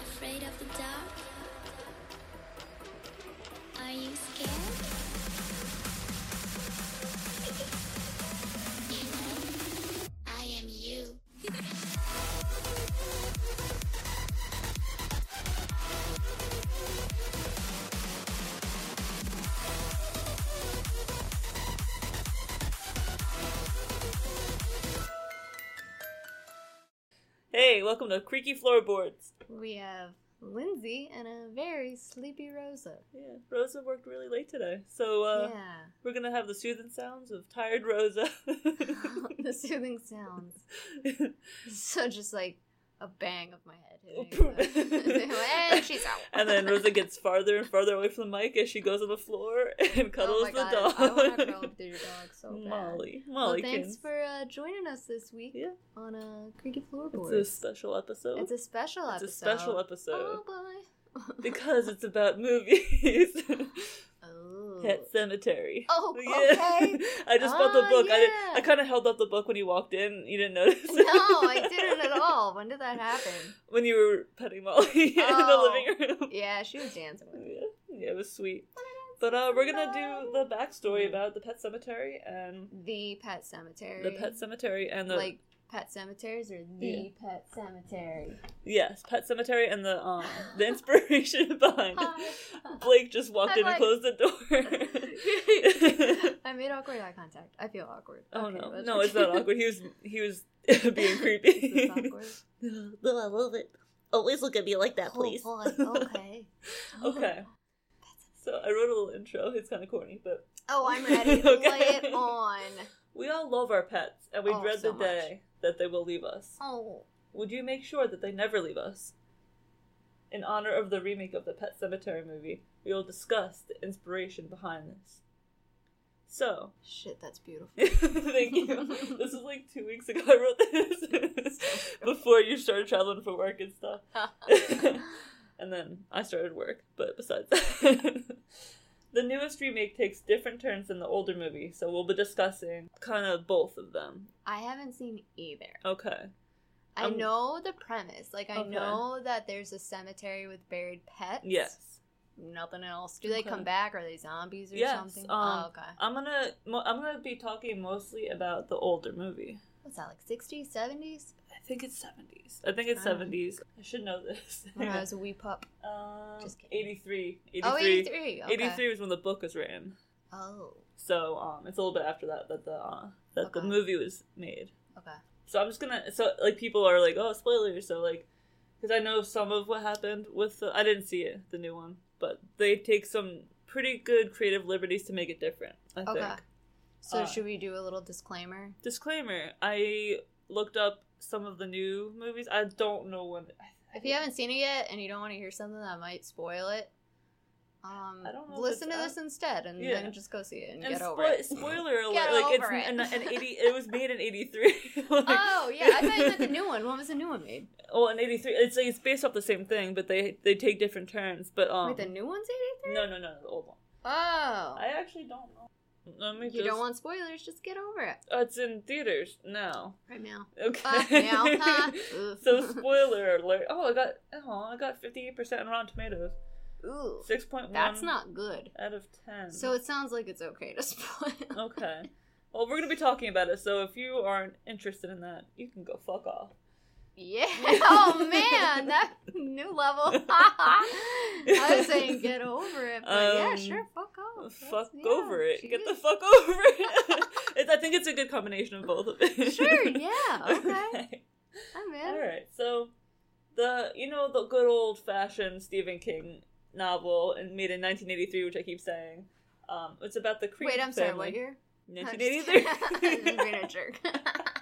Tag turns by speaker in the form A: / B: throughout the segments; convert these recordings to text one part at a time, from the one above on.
A: afraid of the dark? Are you scared? I am you.
B: Hey, welcome to Creaky Floorboards.
C: We have Lindsay and a very sleepy Rosa.
B: Yeah, Rosa worked really late today, so uh,
C: yeah.
B: we're gonna have the soothing sounds of tired Rosa.
C: the soothing sounds. So just like a bang of my head. hitting it. and she's out.
B: and then Rosa gets farther and farther away from the mic as she goes on the floor and
C: oh
B: cuddles
C: my
B: the
C: God, I want to curl
B: dog.
C: up to your dog so bad.
B: Molly,
C: Well,
B: Molly,
C: thanks
B: Kins.
C: for uh, joining us this week
B: Yeah.
C: on uh, Creaky
B: it's
C: Floorboards.
B: a special episode.
C: It's a special
B: It's
C: episode.
B: a special episode
C: Oh boy.
B: because it's about movies.
C: Oh.
B: Pet Cemetery.
C: Oh, okay.
B: I just bought the
C: Ah,
B: book. I did,
C: yeah.
B: I kind of held up the book when you walked in. You didn't notice.
C: No, I didn't at all. When did that happen?
B: when you were petting Molly
C: Oh.
B: in the living room.
C: Yeah, she was dancing with me.
B: Yeah. yeah, it was sweet. But uh, we're gonna do the backstory about the pet cemetery and
C: The Pet Cemetery.
B: the pet cemetery and the
C: like pet cemeteries or the
B: Yeah.
C: pet cemetery.
B: yes, pet cemetery and the um the inspiration behind it. Blake just walked
C: I'm
B: in
C: like-
B: and closed the door.
C: I made awkward eye contact. I feel awkward.
B: Oh
C: Okay,
B: no,
C: that's
B: no, it's not
C: okay.
B: awkward. He was he was being creepy.
C: Is this awkward?
B: no, I love it. Always look at me like that, please.
C: Oh, boy, okay.
B: okay. So I wrote a little intro. It's kind of corny, but
C: Oh, I'm ready.
B: Okay.
C: Lay it on.
B: we all love our pets, and we
C: Oh,
B: dread
C: so
B: the
C: much.
B: day that they will leave us.
C: Oh,
B: Would you make sure that they never leave us? In honor of the remake of the Pet Cemetery movie, we will discuss the inspiration behind this. So,
C: shit, that's beautiful.
B: Thank you. This was like two weeks ago. I wrote this before you started traveling for work and stuff, and then I started work. But besides that, the newest remake takes different turns than the older movie, so we'll be discussing kind of both of them.
C: I haven't seen either.
B: Okay.
C: I
B: Um,
C: know the premise. Like, I
B: Oh, okay.
C: know that there's a cemetery with buried pets.
B: Yes.
C: Nothing else. Do they
B: Okay.
C: come back? Are they zombies or
B: Yes,
C: something?
B: um,
C: oh, okay.
B: I'm gonna mo- I'm gonna be talking mostly about the older movie.
C: What's that, like 60s, 70s?
B: I think it's 70s. I think it's
C: Ah.
B: 70s. I should know this.
C: When I was a wee pup.
B: um,
C: Just kidding.
B: 83. 83.
C: Oh, 83. Okay.
B: 83 was when the book was written.
C: Oh,
B: So um, it's a little bit after that that the uh, that the
C: Okay.
B: movie was made.
C: okay.
B: So I'm just gonna so like people are like oh spoilers so like because I know some of what happened with the, I didn't see it the new one but they take some pretty good creative liberties to make it different. I
C: Okay.
B: think.
C: So
B: Uh,
C: should we do a little disclaimer?
B: Disclaimer: I looked up some of the new movies. I don't know when.
C: If you haven't seen it yet and you don't want to hear something that might spoil it, um,
B: I don't know if
C: listen to
B: it's
C: this instead and
B: Yeah.
C: then just go see it and,
B: And
C: get
B: spo-
C: over it.
B: spoiler alert!
C: Get
B: like
C: over
B: it's
C: it.
B: an, an eighty. It was made in eighty three.
C: Oh yeah, I thought you meant the new one. When was the new one made?
B: Well, in '83, it's like, it's based off the same thing, but they they take different turns. But um,
C: Wait, the new one's eighty three.
B: no, no, no, the old one.
C: Oh,
B: I actually don't know. Let me
C: you
B: just-
C: don't want spoilers? Just get over it
B: Oh, it's in theaters now.
C: right now.
B: Okay.
C: Uh, now, huh? Ooh.
B: so spoiler alert. Oh, I got oh, I got fifty eight percent on Rotten Tomatoes.
C: Ooh,
B: Six point one.
C: that's not good.
B: out of ten.
C: So it sounds like it's okay to spoil.
B: okay. Well, we're gonna be talking about it, so if you aren't interested in that, you can go fuck off.
C: Yeah. Oh man, that new level. I was saying get over it, but yeah,
B: Um,
C: sure, fuck off.
B: fuck
C: Oh, That's- yeah,
B: over it. Get the
C: jeez.
B: fuck over it. it's, I think it's a good combination of both of it.
C: Sure, yeah, okay. I'm in.
B: All right. So the you know the good old fashioned Stephen King novel and made in 1983, which I keep saying. Um, it's about the Creed
C: Wait, I'm sorry, what
B: family.
C: year? I'm just- I'm being a
B: 1983.
C: jerk.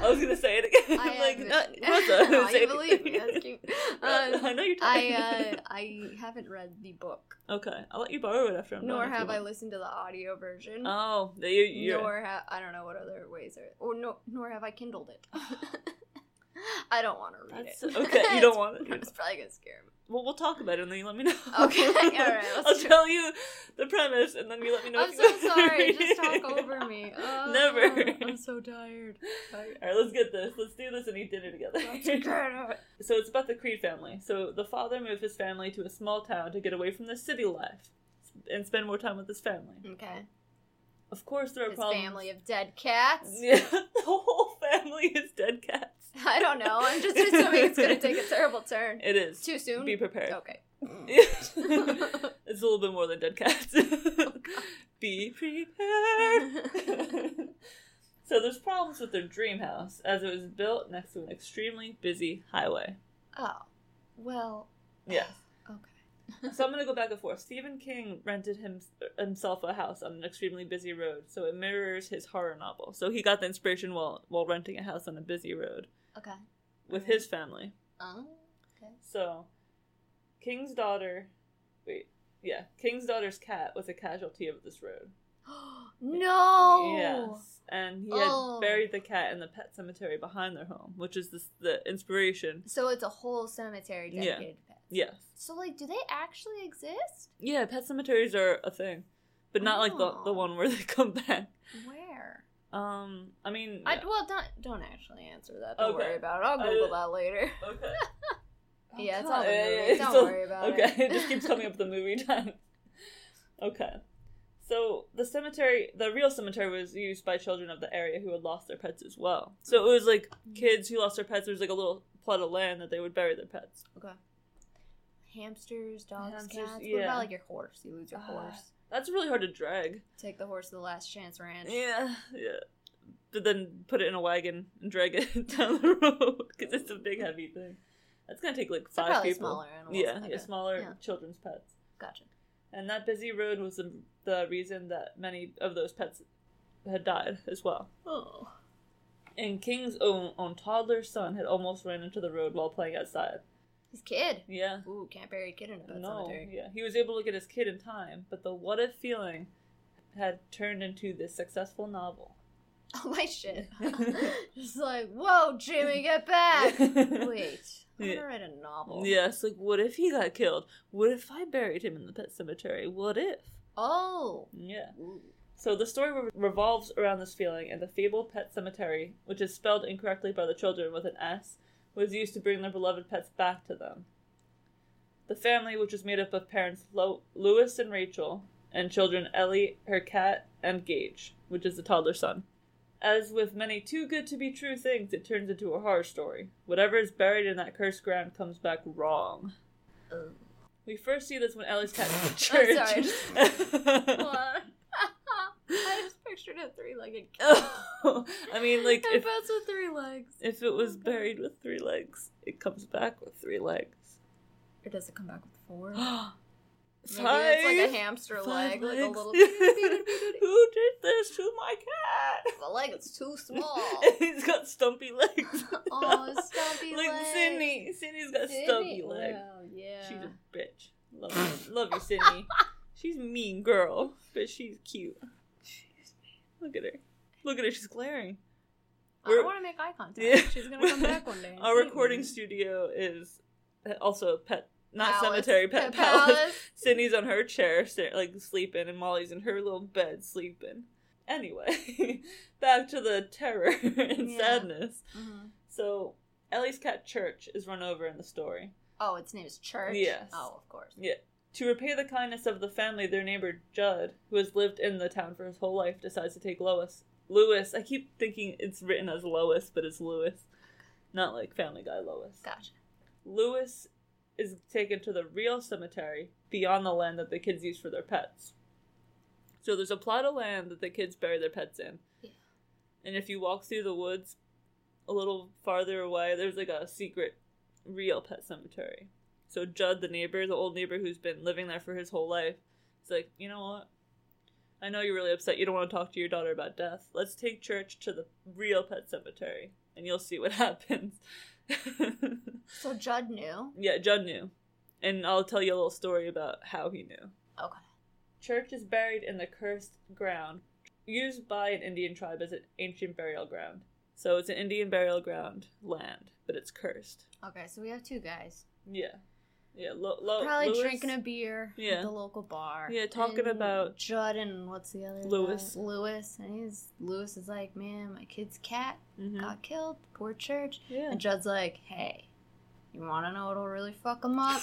B: I was gonna say it again.
C: I
B: am like,
C: am-
B: not Rosa.
C: No,
B: say
C: you
B: it
C: believe me,
B: again.
C: that's cute. Um,
B: I know you're talking.
C: I uh, I haven't read the book,
B: okay, I'll let you borrow it after I'm
C: nor
B: done if you
C: have I
B: want.
C: listened to the audio version.
B: Oh, you, you're.
C: nor have I don't know what other ways are, or no, nor have I kindled it. I don't want to read
B: That's
C: it.
B: okay. You don't want
C: It's
B: to.
C: probably gonna scare me.
B: Well, we'll talk about it and then you let me know.
C: Okay, all right, let's
B: I'll
C: do it.
B: tell you the premise and then you let me know.
C: I'm
B: if you
C: so
B: want to
C: sorry.
B: read
C: Just
B: it.
C: talk over me. Oh,
B: Never.
C: I'm so tired. I-
B: All right, let's get this. Let's do this and eat dinner together.
C: I'm scared.
B: So it's about the Creed family. So the father moved his family to a small town to get away from the city life and spend more time with his family.
C: Okay.
B: Of course, there are
C: His
B: problems.
C: family of dead cats.
B: Yeah, the whole family is dead cats.
C: I don't know. I'm just assuming it's gonna take a terrible turn.
B: It is.
C: Too soon. Oh.
B: Be prepared.
C: Okay. Mm.
B: it's a little bit more than dead cats.
C: Oh,
B: Be prepared. so there's problems with their dream house as it was built next to an extremely busy highway.
C: oh, well.
B: Yes.
C: Okay.
B: so I'm gonna go back and forth. Stephen King rented him, himself a house on an extremely busy road, so it mirrors his horror novel. So he got the inspiration while while renting a house on a busy road
C: Okay.
B: with
C: Mm-hmm.
B: his family.
C: Um. Okay.
B: So King's daughter, wait, yeah, King's daughter's cat was a casualty of this road.
C: no.
B: Yes, and he had
C: Oh.
B: buried the cat in the pet cemetery behind their home, which is this, the inspiration.
C: So it's a whole cemetery
B: Yeah.
C: dedicated to pets.
B: Yes,
C: So like, do they actually exist?
B: yeah, pet cemeteries are a thing, but not like the the
C: Oh.
B: one where they come back.
C: Where?
B: Um, I mean,
C: I
B: yeah.
C: well, don't don't actually answer that. Don't
B: Okay.
C: worry about it. I'll
B: I-
C: Google that later.
B: Okay.
C: yeah, it's
B: God.
C: all in the
B: Yeah, yeah,
C: movies.
B: yeah.
C: Don't
B: So-
C: worry about it.
B: Okay, it just keeps coming up with the movie time. Okay. So the cemetery, the real cemetery, was used by children of the area who had lost their pets as well. So it was like
C: Mm.
B: kids who lost their pets. There was like a little plot of land that they would bury their pets.
C: Okay. Hamsters, dogs,
B: Hamsters,
C: cats. What
B: yeah.
C: about like your horse? You lose your
B: Ah.
C: horse.
B: That's really hard to drag.
C: Take the horse to the last chance ranch.
B: Yeah, yeah. But then put it in a wagon and drag it down the road because it's a big, heavy thing. That's gonna take like
C: So
B: five
C: probably
B: people.
C: smaller animals.
B: yeah, yeah,
C: Okay.
B: smaller
C: Yeah.
B: children's pets.
C: Gotcha.
B: And that busy road was the, the reason that many of those pets had died as well.
C: Oh.
B: And King's own, own toddler son had almost ran into the road while playing outside.
C: His kid.
B: Yeah.
C: Ooh, can't bury a kid in a pet
B: no.
C: cemetery.
B: Yeah. He was able to get his kid in time, but the what if feeling had turned into this successful novel.
C: Oh my shit. just like, whoa, Jimmy, get back. Wait. I'm
B: Yeah.
C: gonna write a novel.
B: yes, like what if he got killed? What if I buried him in the pet cemetery? What if?
C: Oh.
B: Yeah.
C: Ooh.
B: So the story re- revolves around this feeling, and the Fable Pet Cemetery, which is spelled incorrectly by the children with an S, was used to bring their beloved pets back to them. The family, which was made up of parents Lo- Lewis and Rachel, and children Ellie, her cat, and Gage, which is the toddler son. As with many too good to be true things, it turns into a horror story. Whatever is buried in that cursed ground comes back wrong.
C: Oh.
B: We first see this when Ellie's cat is in
C: sorry,
B: church.
C: I I just pictured a three-legged cat.
B: Oh, I mean, like
C: and
B: if
C: pets with three legs.
B: if it was buried with three legs, it comes back with three legs.
C: Or does it come back with four?
B: Five.
C: Maybe it's like a hamster
B: five
C: leg, like a
B: legs.
C: little.
B: Who did this to my cat?
C: the leg is too small.
B: He's got stumpy legs.
C: oh, stumpy
B: like
C: legs.
B: Sydney. Sydney's got
C: Sydney.
B: stumpy legs.
C: Wow, yeah.
B: She's a bitch. Love you, love you, Sydney. She's a mean girl, but she's cute. Look at her. Look at her. She's glaring.
C: I don't
B: we're-
C: want to make eye contact.
B: Yeah.
C: She's gonna come back one day. and
B: Our
C: eat
B: recording
C: me.
B: studio is also pet, not
C: Palace.
B: cemetery, pet,
C: Pet
B: palace. Sydney's on her chair, sta- like sleeping, and Molly's in her little bed sleeping. Anyway, back to the terror and
C: Yeah.
B: sadness.
C: Mhm.
B: So Ellie's cat Church is run over in the story.
C: Oh, its name is Church.
B: Yes.
C: Oh, of course.
B: To repay the kindness of the family, their neighbor Judd, who has lived in the town for his whole life, decides to take Lois. Lewis. I keep thinking it's written as Lois, but it's Lewis, not like Family Guy Lois.
C: Gotcha.
B: Lewis is taken to the real cemetery beyond the land that the kids use for their pets. So there's a plot of land that the kids bury their pets in.
C: Yeah.
B: And if you walk through the woods a little farther away, there's like a secret real pet cemetery. So Judd, the neighbor, the old neighbor who's been living there for his whole life, is like, you know what? I know you're really upset. You don't want to talk to your daughter about death. Let's take church to the real pet cemetery, and you'll see what happens.
C: So Judd knew.
B: Yeah, Judd knew. And I'll tell you a little story about how he knew.
C: Okay.
B: Church is buried in the cursed ground, used by an Indian tribe as an ancient burial ground. So it's an Indian burial ground land, but it's cursed.
C: Okay, so we have two guys
B: Yeah, yeah. Lo- lo-
C: probably
B: Louis-
C: drinking a beer
B: Yeah.
C: at the local bar.
B: Yeah, talking
C: And
B: about-
C: Judd and what's the other
B: Lewis.
C: guy? Lewis, and he's Lewis is like, man, my kid's cat
B: Mhm.
C: got killed. Poor church.
B: Yeah.
C: And Judd's like, hey, you want to know what'll really fuck him up?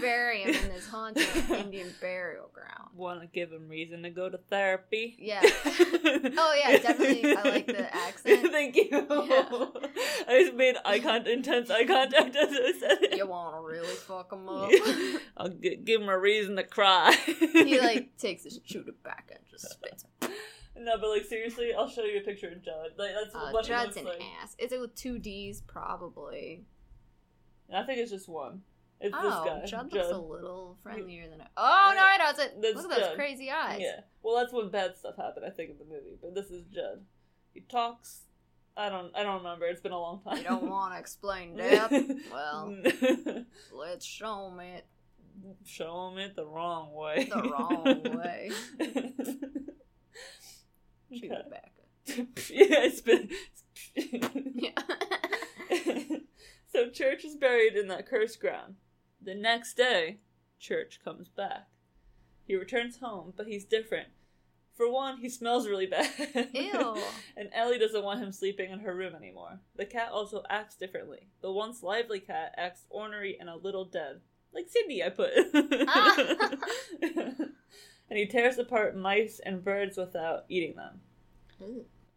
C: Bury him in this haunted Indian burial ground.
B: Want to give him reason to go to therapy?
C: Yeah. Oh yeah, definitely. I like the accent.
B: Thank you.
C: Yeah.
B: I just made eye con- intense eye contact as I said it.
C: You want to really fuck him up?
B: I'll g- give him a reason to cry.
C: he like takes his shooter back and just spits.
B: no, but like seriously, I'll show you a picture of Judd. Like that's
C: Uh,
B: what
C: Judd's
B: he
C: an
B: looks like.
C: ass. It's with two D's probably.
B: And I think it's just one. It's
C: oh,
B: this guy.
C: Judd looks a little friendlier than I. Oh no,
B: Yeah.
C: I know it.
B: That's
C: Look at those
B: Judd.
C: crazy eyes.
B: Yeah. Well, that's when bad stuff happened, I think, in the movie. But this is Judd. He talks. I don't. I don't remember. It's been a long time.
C: You don't want to explain that. well,
B: Mm.
C: let's show 'em it
B: show him it the wrong way.
C: the wrong way. Shoot
B: Okay.
C: it back.
B: yeah, it's been.
C: Yeah.
B: so Church is buried in that cursed ground. The next day, Church comes back. He returns home, but he's different. For one, he smells really bad.
C: Ew.
B: And Ellie doesn't want him sleeping in her room anymore. The cat also acts differently. The once lively cat acts ornery and a little dead. Like Cindy, I put.
C: Ah.
B: and he tears apart mice and birds without eating them.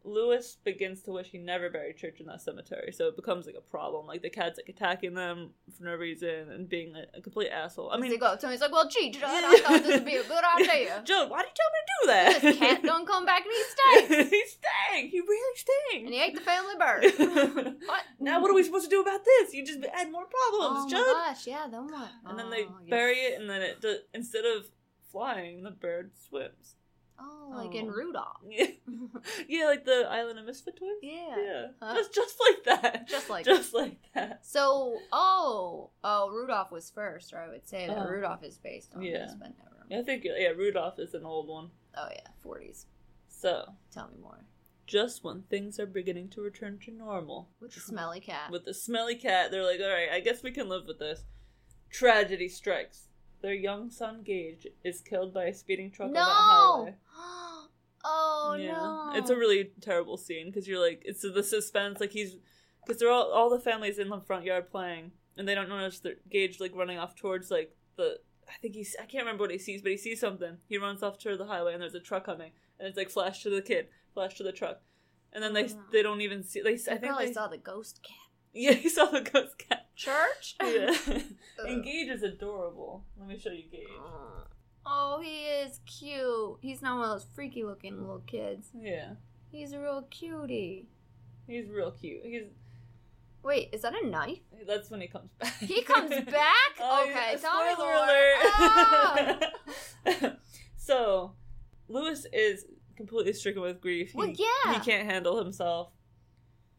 B: Lewis begins to wish he never buried Church in that cemetery, so it becomes like a problem. Like the cat's like attacking them for no reason and being a, a complete asshole. I
C: I mean,
B: mean,
C: they go up to him. He's like, "Well, gee, Judd, I thought this would be a good idea.
B: Joe, why did you tell me to do that?
C: this cat don't come back and he stinks,
B: he stank. He really stank.
C: and he ate the family bird. what?
B: now what are we supposed to do about this? You just add more
C: Mm-hmm. Oh
B: problems,
C: my
B: Judd.
C: gosh, yeah, then what?
B: And then they
C: Oh, you-
B: bury it, and then it do- instead of flying, the bird swims.
C: Oh, like in
B: Oh.
C: Rudolph.
B: yeah, like the Island of Misfit Toys.
C: yeah.
B: Yeah,
C: Huh?
B: just just like that.
C: Just like
B: just like that.
C: So, oh, oh, Rudolph was first, or I would say that
B: Oh.
C: Rudolph is based on
B: Yeah.
C: this, but never.
B: I think yeah, Rudolph is an old one.
C: Oh yeah, forties.
B: So
C: Tell me more.
B: just when things are beginning to return to normal,
C: With the
B: tra-
C: smelly cat.
B: with the smelly cat, they're like, all right, I guess we can live with this. Tragedy strikes. Their young son Gage is killed by a speeding truck on that highway.
C: no. oh no.
B: It's a really terrible scene because you're like, it's the suspense. Like he's, because they're all all the families in the front yard playing, and they don't notice that Gage like running off towards like the. I think he's. I can't remember what he sees, but he sees something. He runs off to the highway, and there's a truck coming, and it's like flash to the kid, flash to the truck, and then they
C: Oh, no.
B: they don't even see. They
C: I
B: I think
C: probably
B: they,
C: saw the ghost cat.
B: yeah, he saw the ghost cat.
C: Church.
B: Yeah,
C: Ugh.
B: and Gage is adorable. Let me show you Gage.
C: Oh, he is cute. He's not one of those freaky looking little kids.
B: Yeah,
C: He's a real cutie.
B: he's real cute. He's
C: Wait, is that a knife?
B: that's when he comes back.
C: He comes back?
B: Oh,
C: okay,
B: yeah,
C: tell me more. Ah!
B: spoiler alert. so, Lewis is completely stricken with grief. He,
C: Well, yeah.
B: he can't handle himself.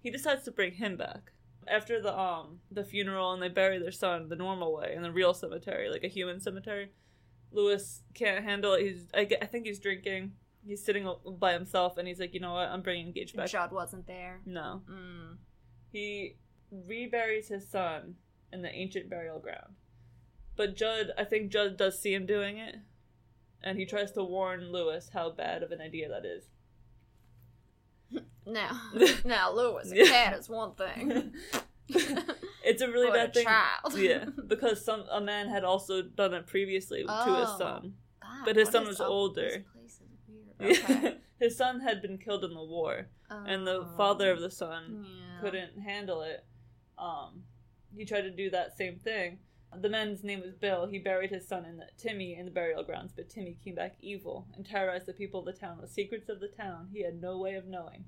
B: He decides to bring him back after the um the funeral, and they bury their son the normal way in the real cemetery, like a human cemetery. Lewis can't handle it. He's I, ge- I think he's drinking. He's sitting by himself, and he's like, you know what? I'm bringing Gage back.
C: Judd wasn't there.
B: No,
C: Mm.
B: he reburies his son in the ancient burial ground. But Judd, I think Judd does see him doing it, and he tries to warn Lewis how bad of an idea that is.
C: Now, now, Lewis, a
B: Yeah.
C: cat is one thing.
B: it's a really
C: Or
B: bad
C: a
B: thing.
C: child.
B: yeah, because some a man had also done it previously to his
C: Oh.
B: son.
C: God,
B: But his
C: what
B: son
C: is
B: was
C: up with
B: older.
C: This place is weird. Okay.
B: his son had been killed in the war, and the
C: Oh.
B: father of the son
C: yeah.
B: couldn't handle it. Um, he tried to do that same thing. The man's name was Bill. He buried his son in the, Timmy in the burial grounds, but Timmy came back evil and terrorized the people of the town with secrets of the town he had no way of knowing.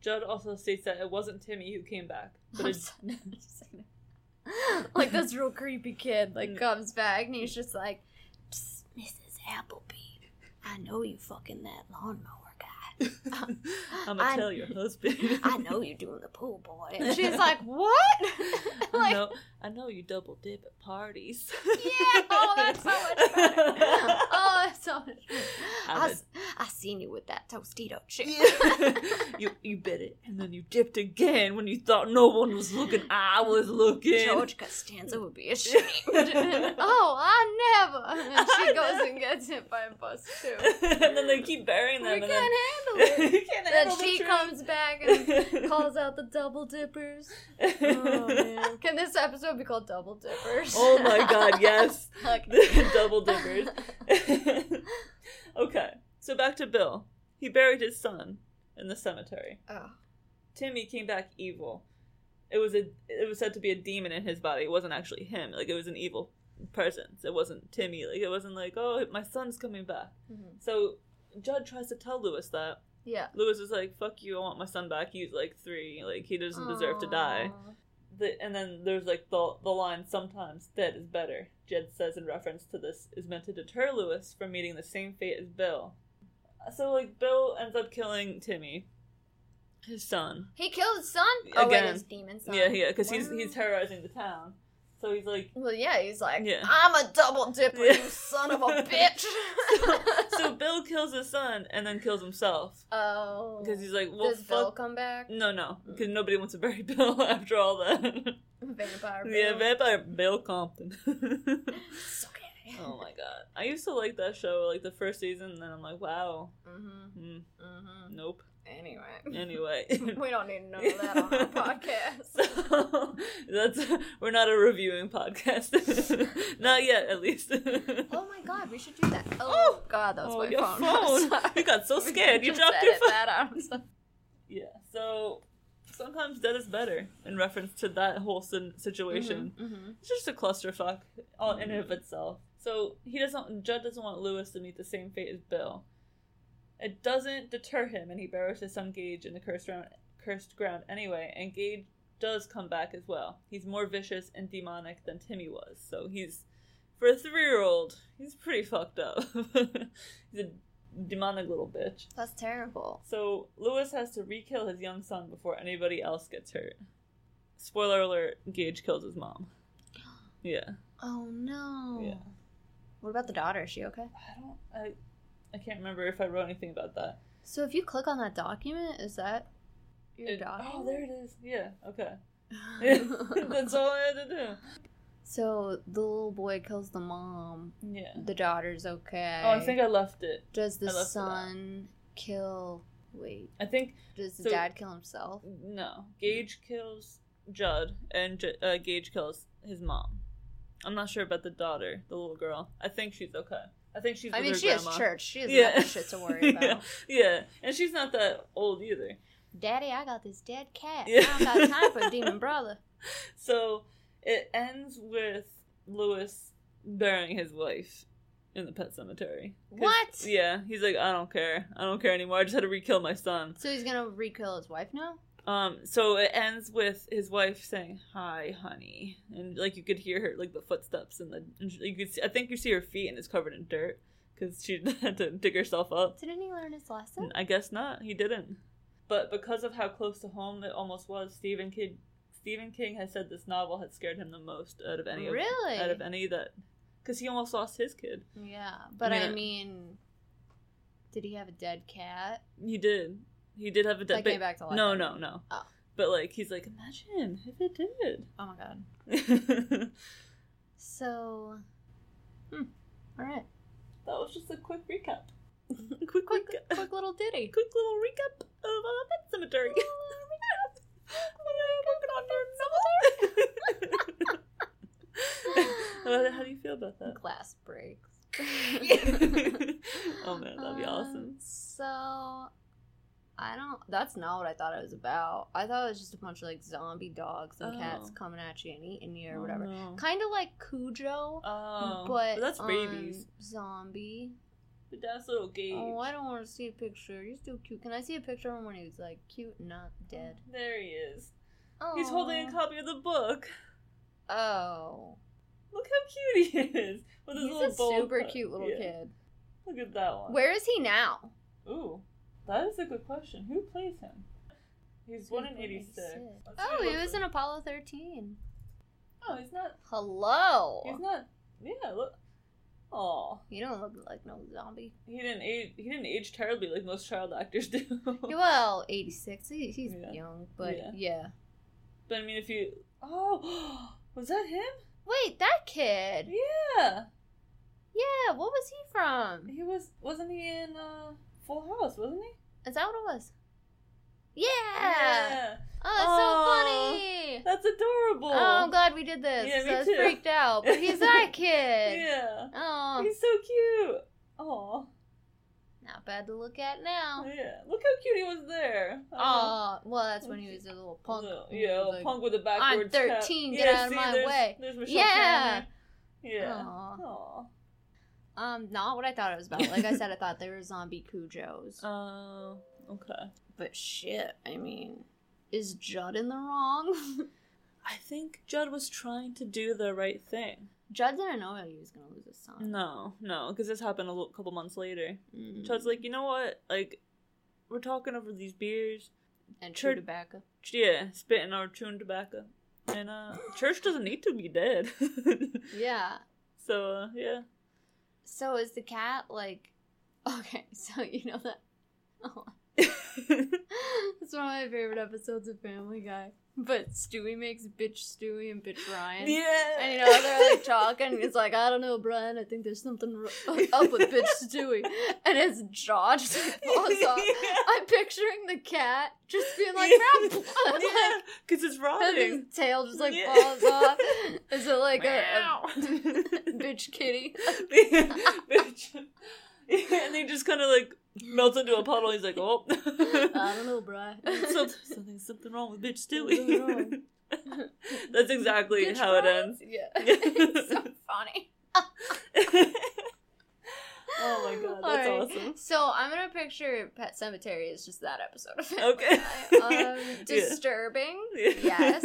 B: Judd also states that it wasn't Timmy who came back, but
C: I'm
B: it,
C: so- I'm just like- like this real creepy kid like
B: Mm.
C: comes back and he's just like "Psst, mrs applebee i know you fucking that lawnmower guy
B: I'm gonna
C: Uh, I-
B: tell your husband.
C: i know you're doing the pool boy and she's like what
B: I
C: like
B: know, I know you double dip at parties.
C: Yeah, oh, that's so much better. oh, that's so much better.
B: I
C: I, s- I seen you with that Tostito chick.
B: you you bit it, and then you dipped again when you thought no one was looking. I was looking.
C: George Costanza would be ashamed. oh, I never. And she goes and gets hit by a bus too.
B: and then they keep burying
C: We
B: them.
C: can't
B: and then,
C: handle it.
B: You can't
C: Then
B: handle the
C: she
B: truth.
C: comes back and calls out the double dippers. Oh, man. Can this episode be called Double Dippers?
B: Oh my god, yes.
C: Okay.
B: Double dippers. okay, so back to Bill. He buried his son in the cemetery.
C: Oh.
B: Timmy came back evil. It was a it was said to be a demon in his body. It wasn't actually him. Like it was an evil presence. It wasn't Timmy. Like it wasn't like, "Oh, my son's coming back."
C: Mhm.
B: So Judd tries to tell Lewis that.
C: Yeah.
B: Lewis is like, "Fuck you. I want my son back. He's like 3. Like he doesn't deserve to die."
C: Aw.
B: the, and then there's like the the line sometimes dead is better. Jed says in reference to this is meant to deter Lewis from meeting the same fate as Bill. So like Bill ends up killing Timmy, his son.
C: He killed his son? Oh, wait,
B: Again.
C: his demon son.
B: Yeah, yeah, because he's
C: Wow.
B: he's terrorizing the town. So he's like,
C: Well, yeah, he's like,
B: Yeah.
C: I'm a double dipper,
B: Yeah.
C: you son of a bitch.
B: so Bill kills his son and then kills himself
C: oh.
B: because he's like, well,
C: Does Bill Mm.
B: fuck. Mm.
C: come back?
B: No, no, because nobody wants to bury Bill after all that.
C: Vampire Bill.
B: yeah, vampire Bill Compton.
C: It's okay.
B: Oh my god. I used to like that show, like the first season, and then I'm like, wow.
C: Mm-hmm.
B: Hmm,
C: Mm-hmm.
B: nope.
C: Anyway.
B: Anyway.
C: we don't need to know that on our podcast.
B: so that's we're not a reviewing podcast. not yet, at least.
C: Oh my god, we should do that. Oh,
B: Oh.
C: god, that was
B: oh,
C: my
B: your
C: phone.
B: phone.
C: I'm sorry.
B: You got so
C: We
B: scared. You
C: just
B: dropped your
C: edit
B: phone.
C: That out. I'm sorry.
B: Yeah. So sometimes dead is better in reference to that whole sin- situation.
C: Mhm,
B: It's just a clusterfuck all in and of itself. So he doesn't. Judd doesn't want Lewis to meet the same fate as Bill. It doesn't deter him, and he buries his son Gage in the cursed ground, cursed ground anyway. And Gage does come back as well. He's more vicious and demonic than Timmy was. So he's for a three-year-old. He's pretty fucked up. he's a demonic little bitch.
C: That's terrible.
B: So Lewis has to re-kill his young son before anybody else gets hurt. Spoiler alert: Gage kills his mom. Yeah.
C: Oh no.
B: Yeah.
C: What about the daughter? Is she okay?
B: I don't. I, I can't remember if I wrote anything about that.
C: So if you click on that document, is that your
B: It- oh, there
C: document?
B: it is. Yeah. Okay. That's all I had to do.
C: so the little boy kills the mom.
B: Yeah.
C: The daughter's okay.
B: Oh, I think I left it.
C: Does the
B: I left it out.
C: son kill? Wait,
B: I think
C: does the
B: So-
C: dad kill himself?
B: no. Gage kills Judd, and J- uh, Gage kills his mom. I'm not sure about the daughter, the little girl. I think she's okay. I think she's.
C: I
B: with
C: mean,
B: her
C: she
B: grandma.
C: has church. She has
B: Yeah.
C: other shit to worry about.
B: yeah. yeah, and she's not that old either.
C: Daddy, I got this dead cat.
B: Yeah.
C: I don't got time for a demon brother.
B: So it ends with Lewis burying his wife in the pet cemetery. 'Cause-
C: What?
B: Yeah, he's like, I don't care. I don't care anymore. I just had to re-kill my son.
C: So he's gonna re-kill his wife now.
B: Um, so it ends with his wife saying, "Hi, honey," and like you could hear her like the footsteps and the and you could see, I think you see her feet and it's covered in dirt because she had to dig herself up.
C: Didn't he learn his lesson?
B: I guess not. He didn't. But because of how close to home it almost was, Stephen King Stephen King has said this novel had scared him the most out of any of
C: really?
B: out of any that because he almost lost his kid.
C: yeah, but
B: I
C: I
B: mean-
C: mean, did he have a dead cat?
B: He did. He did have a death.
C: That came back to life.
B: No, no, no.
C: Oh.
B: But like he's like, imagine if it
C: Oh my god.
B: did.
C: So, hmm. All right.
B: That was just a quick recap. quick,
C: Quick,
B: quick,
C: quick little ditty.
B: quick little recap of uh, Pet Cemetery. How Uh, how do you feel about that?
C: Glass breaks.
B: oh man, that'd be awesome.
C: Um, So, I don't. That's not what I thought it was about. I thought it was just a bunch of like zombie dogs and cats
B: Oh.
C: coming at you and eating you
B: Oh,
C: or whatever.
B: no.
C: Kind of like Cujo,
B: Oh,
C: but
B: but that's
C: on
B: babies.
C: Zombie.
B: But that's little Gage.
C: Oh, I don't want to see a picture. He's too cute. Can I see a picture of him when he was like cute, and not dead?
B: There he is.
C: Oh,
B: He's holding a copy of the book.
C: Oh,
B: Look how cute he is with his
C: he's
B: little
C: a
B: bowl
C: super
B: cut.
C: cute little
B: Yeah.
C: kid.
B: Look at that one.
C: Where is he now?
B: Ooh, that is a good question. Who plays him? He's born in '86.
C: Oh, he was in Apollo 13.
B: Oh, he's not.
C: Hello.
B: He's not. Yeah. Look. Oh,
C: You don't look like no zombie.
B: he didn't age. He didn't age terribly like most child actors do.
C: Well, 86. He, he's
B: Yeah.
C: young, but
B: Yeah.
C: yeah.
B: but I mean, if you. Oh, was that him?
C: Wait, that kid.
B: Yeah,
C: Yeah, what was he from?
B: he was. Wasn't he in uh, Full House? Wasn't he?
C: Is that what it was? Yeah. Oh, that's
B: Aw.
C: so funny.
B: That's adorable.
C: Oh, I'm glad we did this.
B: Yeah, me
C: I was
B: too.
C: freaked out, but he's that kid.
B: Yeah,
C: Oh,
B: he's so cute. Oh,
C: not bad to look at now.
B: yeah. Look how cute he was there. Uh-huh.
C: Oh, well, that's when he was a little punk.
B: Little-
C: He
B: Yeah,
C: was
B: little
C: like,
B: punk with a backwards. cap.
C: 13, get out of my
B: there's-
C: way.
B: There's Michelle
C: Yeah.
B: Tanner. Yeah.
C: aw.
B: Oh.
C: Um, not what I thought it was about. Like I said, I thought they were zombie Cujos.
B: Oh. okay.
C: but shit, I mean, is Judd in the wrong?
B: I think Judd was trying to do the right thing.
C: Judd didn't know he was gonna lose his son.
B: No, no, because this happened a little, couple months later.
C: Mm.
B: Judd's like, you know what? Like, we're talking over these beers.
C: and true
B: Chur-
C: tobacco.
B: Yeah, spitting our chewing tobacco. And uh, church doesn't need to be dead.
C: Yeah.
B: so uh, yeah,
C: So is the cat like? Okay, so you know that. Oh. it's one of my favorite episodes of Family Guy. But Stewie makes bitch Stewie and bitch Ryan.
B: yeah.
C: And you know they're like talking. It's like I don't know, Brian. I think there's something r- up with bitch Stewie, and his jaw just like, falls off. I'm picturing the cat just being like,
B: Yeah.
C: like
B: yeah, because it's
C: and his
B: rotting.
C: tail just like
B: Yeah.
C: falls off. Is it like uh, a, a bitch kitty?
B: bitch. and they just kind of like melts into a puddle. He's like, oh,
C: I don't know, Brian.
B: Some- something, something wrong with bitch
C: Something
B: Stewie.
C: wrong.
B: That's exactly
C: Bitch
B: how it
C: Brian?
B: ends.
C: Yeah,
B: Yeah.
C: it's so funny.
B: oh my god, that's
C: All right.
B: awesome.
C: So I'm gonna picture Pet Cemetery as just that episode of Family
B: Okay.
C: Guy. Um, disturbing. Yes.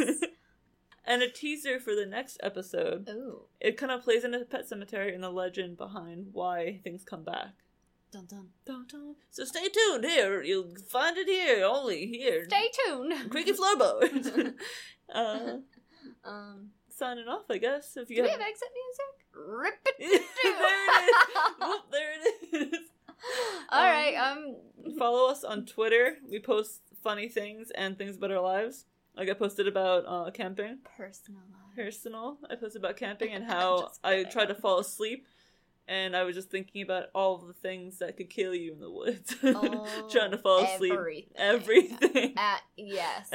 B: And a teaser for the next episode.
C: Ooh.
B: It kind of plays into Pet Cemetery and the legend behind why things come back.
C: Dun dun.
B: Dun, dun. So stay tuned here. You'll find it here, only here.
C: Stay tuned.
B: Cricket floorboard. uh,
C: Um,
B: signing off, I guess. If
C: do
B: you
C: we
B: have,
C: have exit music? Rip it.
B: there it is. Whoop, there it is.
C: All right. Um.
B: Follow us on Twitter. We post funny things and things about our lives. Like I posted about uh, camping,
C: Personalized.
B: personal. I posted about camping and
C: I'm
B: how
C: just
B: I
C: kidding.
B: tried to fall asleep, and I was just thinking about all of the things that could kill you in the woods.
C: Oh,
B: Trying to fall asleep.
C: Everything.
B: Everything.
C: At yes.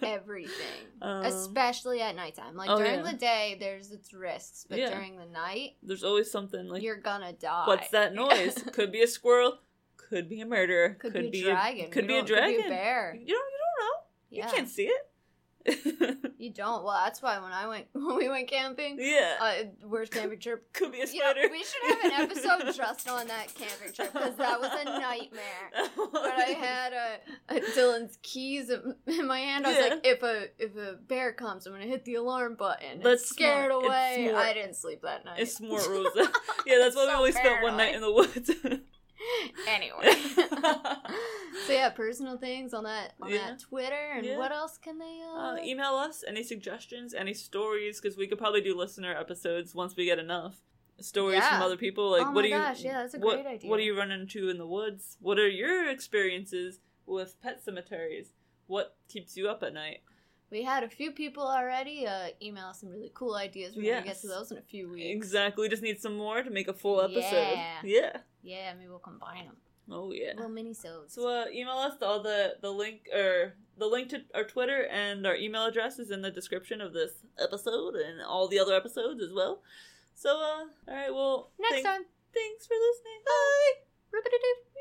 C: Everything.
B: Um,
C: Especially at nighttime. Like
B: oh,
C: during
B: yeah.
C: the day, there's its risks, but
B: Yeah.
C: during the night,
B: There's always something like
C: you're gonna die.
B: What's that noise? could be a squirrel. Could be a murderer.
C: Could, be a dragon.
B: Could
C: We
B: be a
C: don't-
B: dragon.
C: Could be a bear.
B: You don't. You don't know.
C: Yeah.
B: You can't see it.
C: You don't. Well, that's why when I went when we went camping,
B: yeah.
C: uh, worst camping trip
B: could be a
C: You know,
B: spider.
C: we should have an episode just on that camping trip because that was a nightmare. But I had uh, uh, Dylan's keys in in my hand. I was
B: Yeah.
C: like, if a if a bear comes, I'm gonna hit the alarm button.
B: That's
C: That's scared
B: smart. It's
C: away.
B: smart.
C: I didn't sleep that night.
B: It's more Rosa. Yeah, that's why we
C: So
B: only spent one night in the woods.
C: anyway. so yeah, personal things on that on
B: Yeah.
C: that Twitter and
B: Yeah.
C: what else can they? Uh,
B: uh, email us any suggestions, any stories, because we could probably do listener episodes once we get enough stories
C: Yeah.
B: from other people. Like,
C: Oh
B: what
C: my
B: do you?
C: gosh, yeah, that's a
B: what,
C: great idea.
B: What do you run into in the woods? What are your experiences with pet cemeteries? What keeps you up at night?
C: we had a few people already uh, email some really cool ideas. We're
B: Yes.
C: gonna get to those in a few weeks.
B: Exactly. We just need some more to make a full episode.
C: Yeah.
B: Yeah.
C: Yeah, maybe we'll combine them.
B: Oh yeah.
C: Little mini sodes.
B: So uh, email us all the the link or the link to our Twitter and our email address is in the description of this episode and all the other episodes as well. So uh, all right. Well,
C: Next
B: thank-
C: time.
B: Thanks for listening. Bye.
C: Rip-a-doo-doo.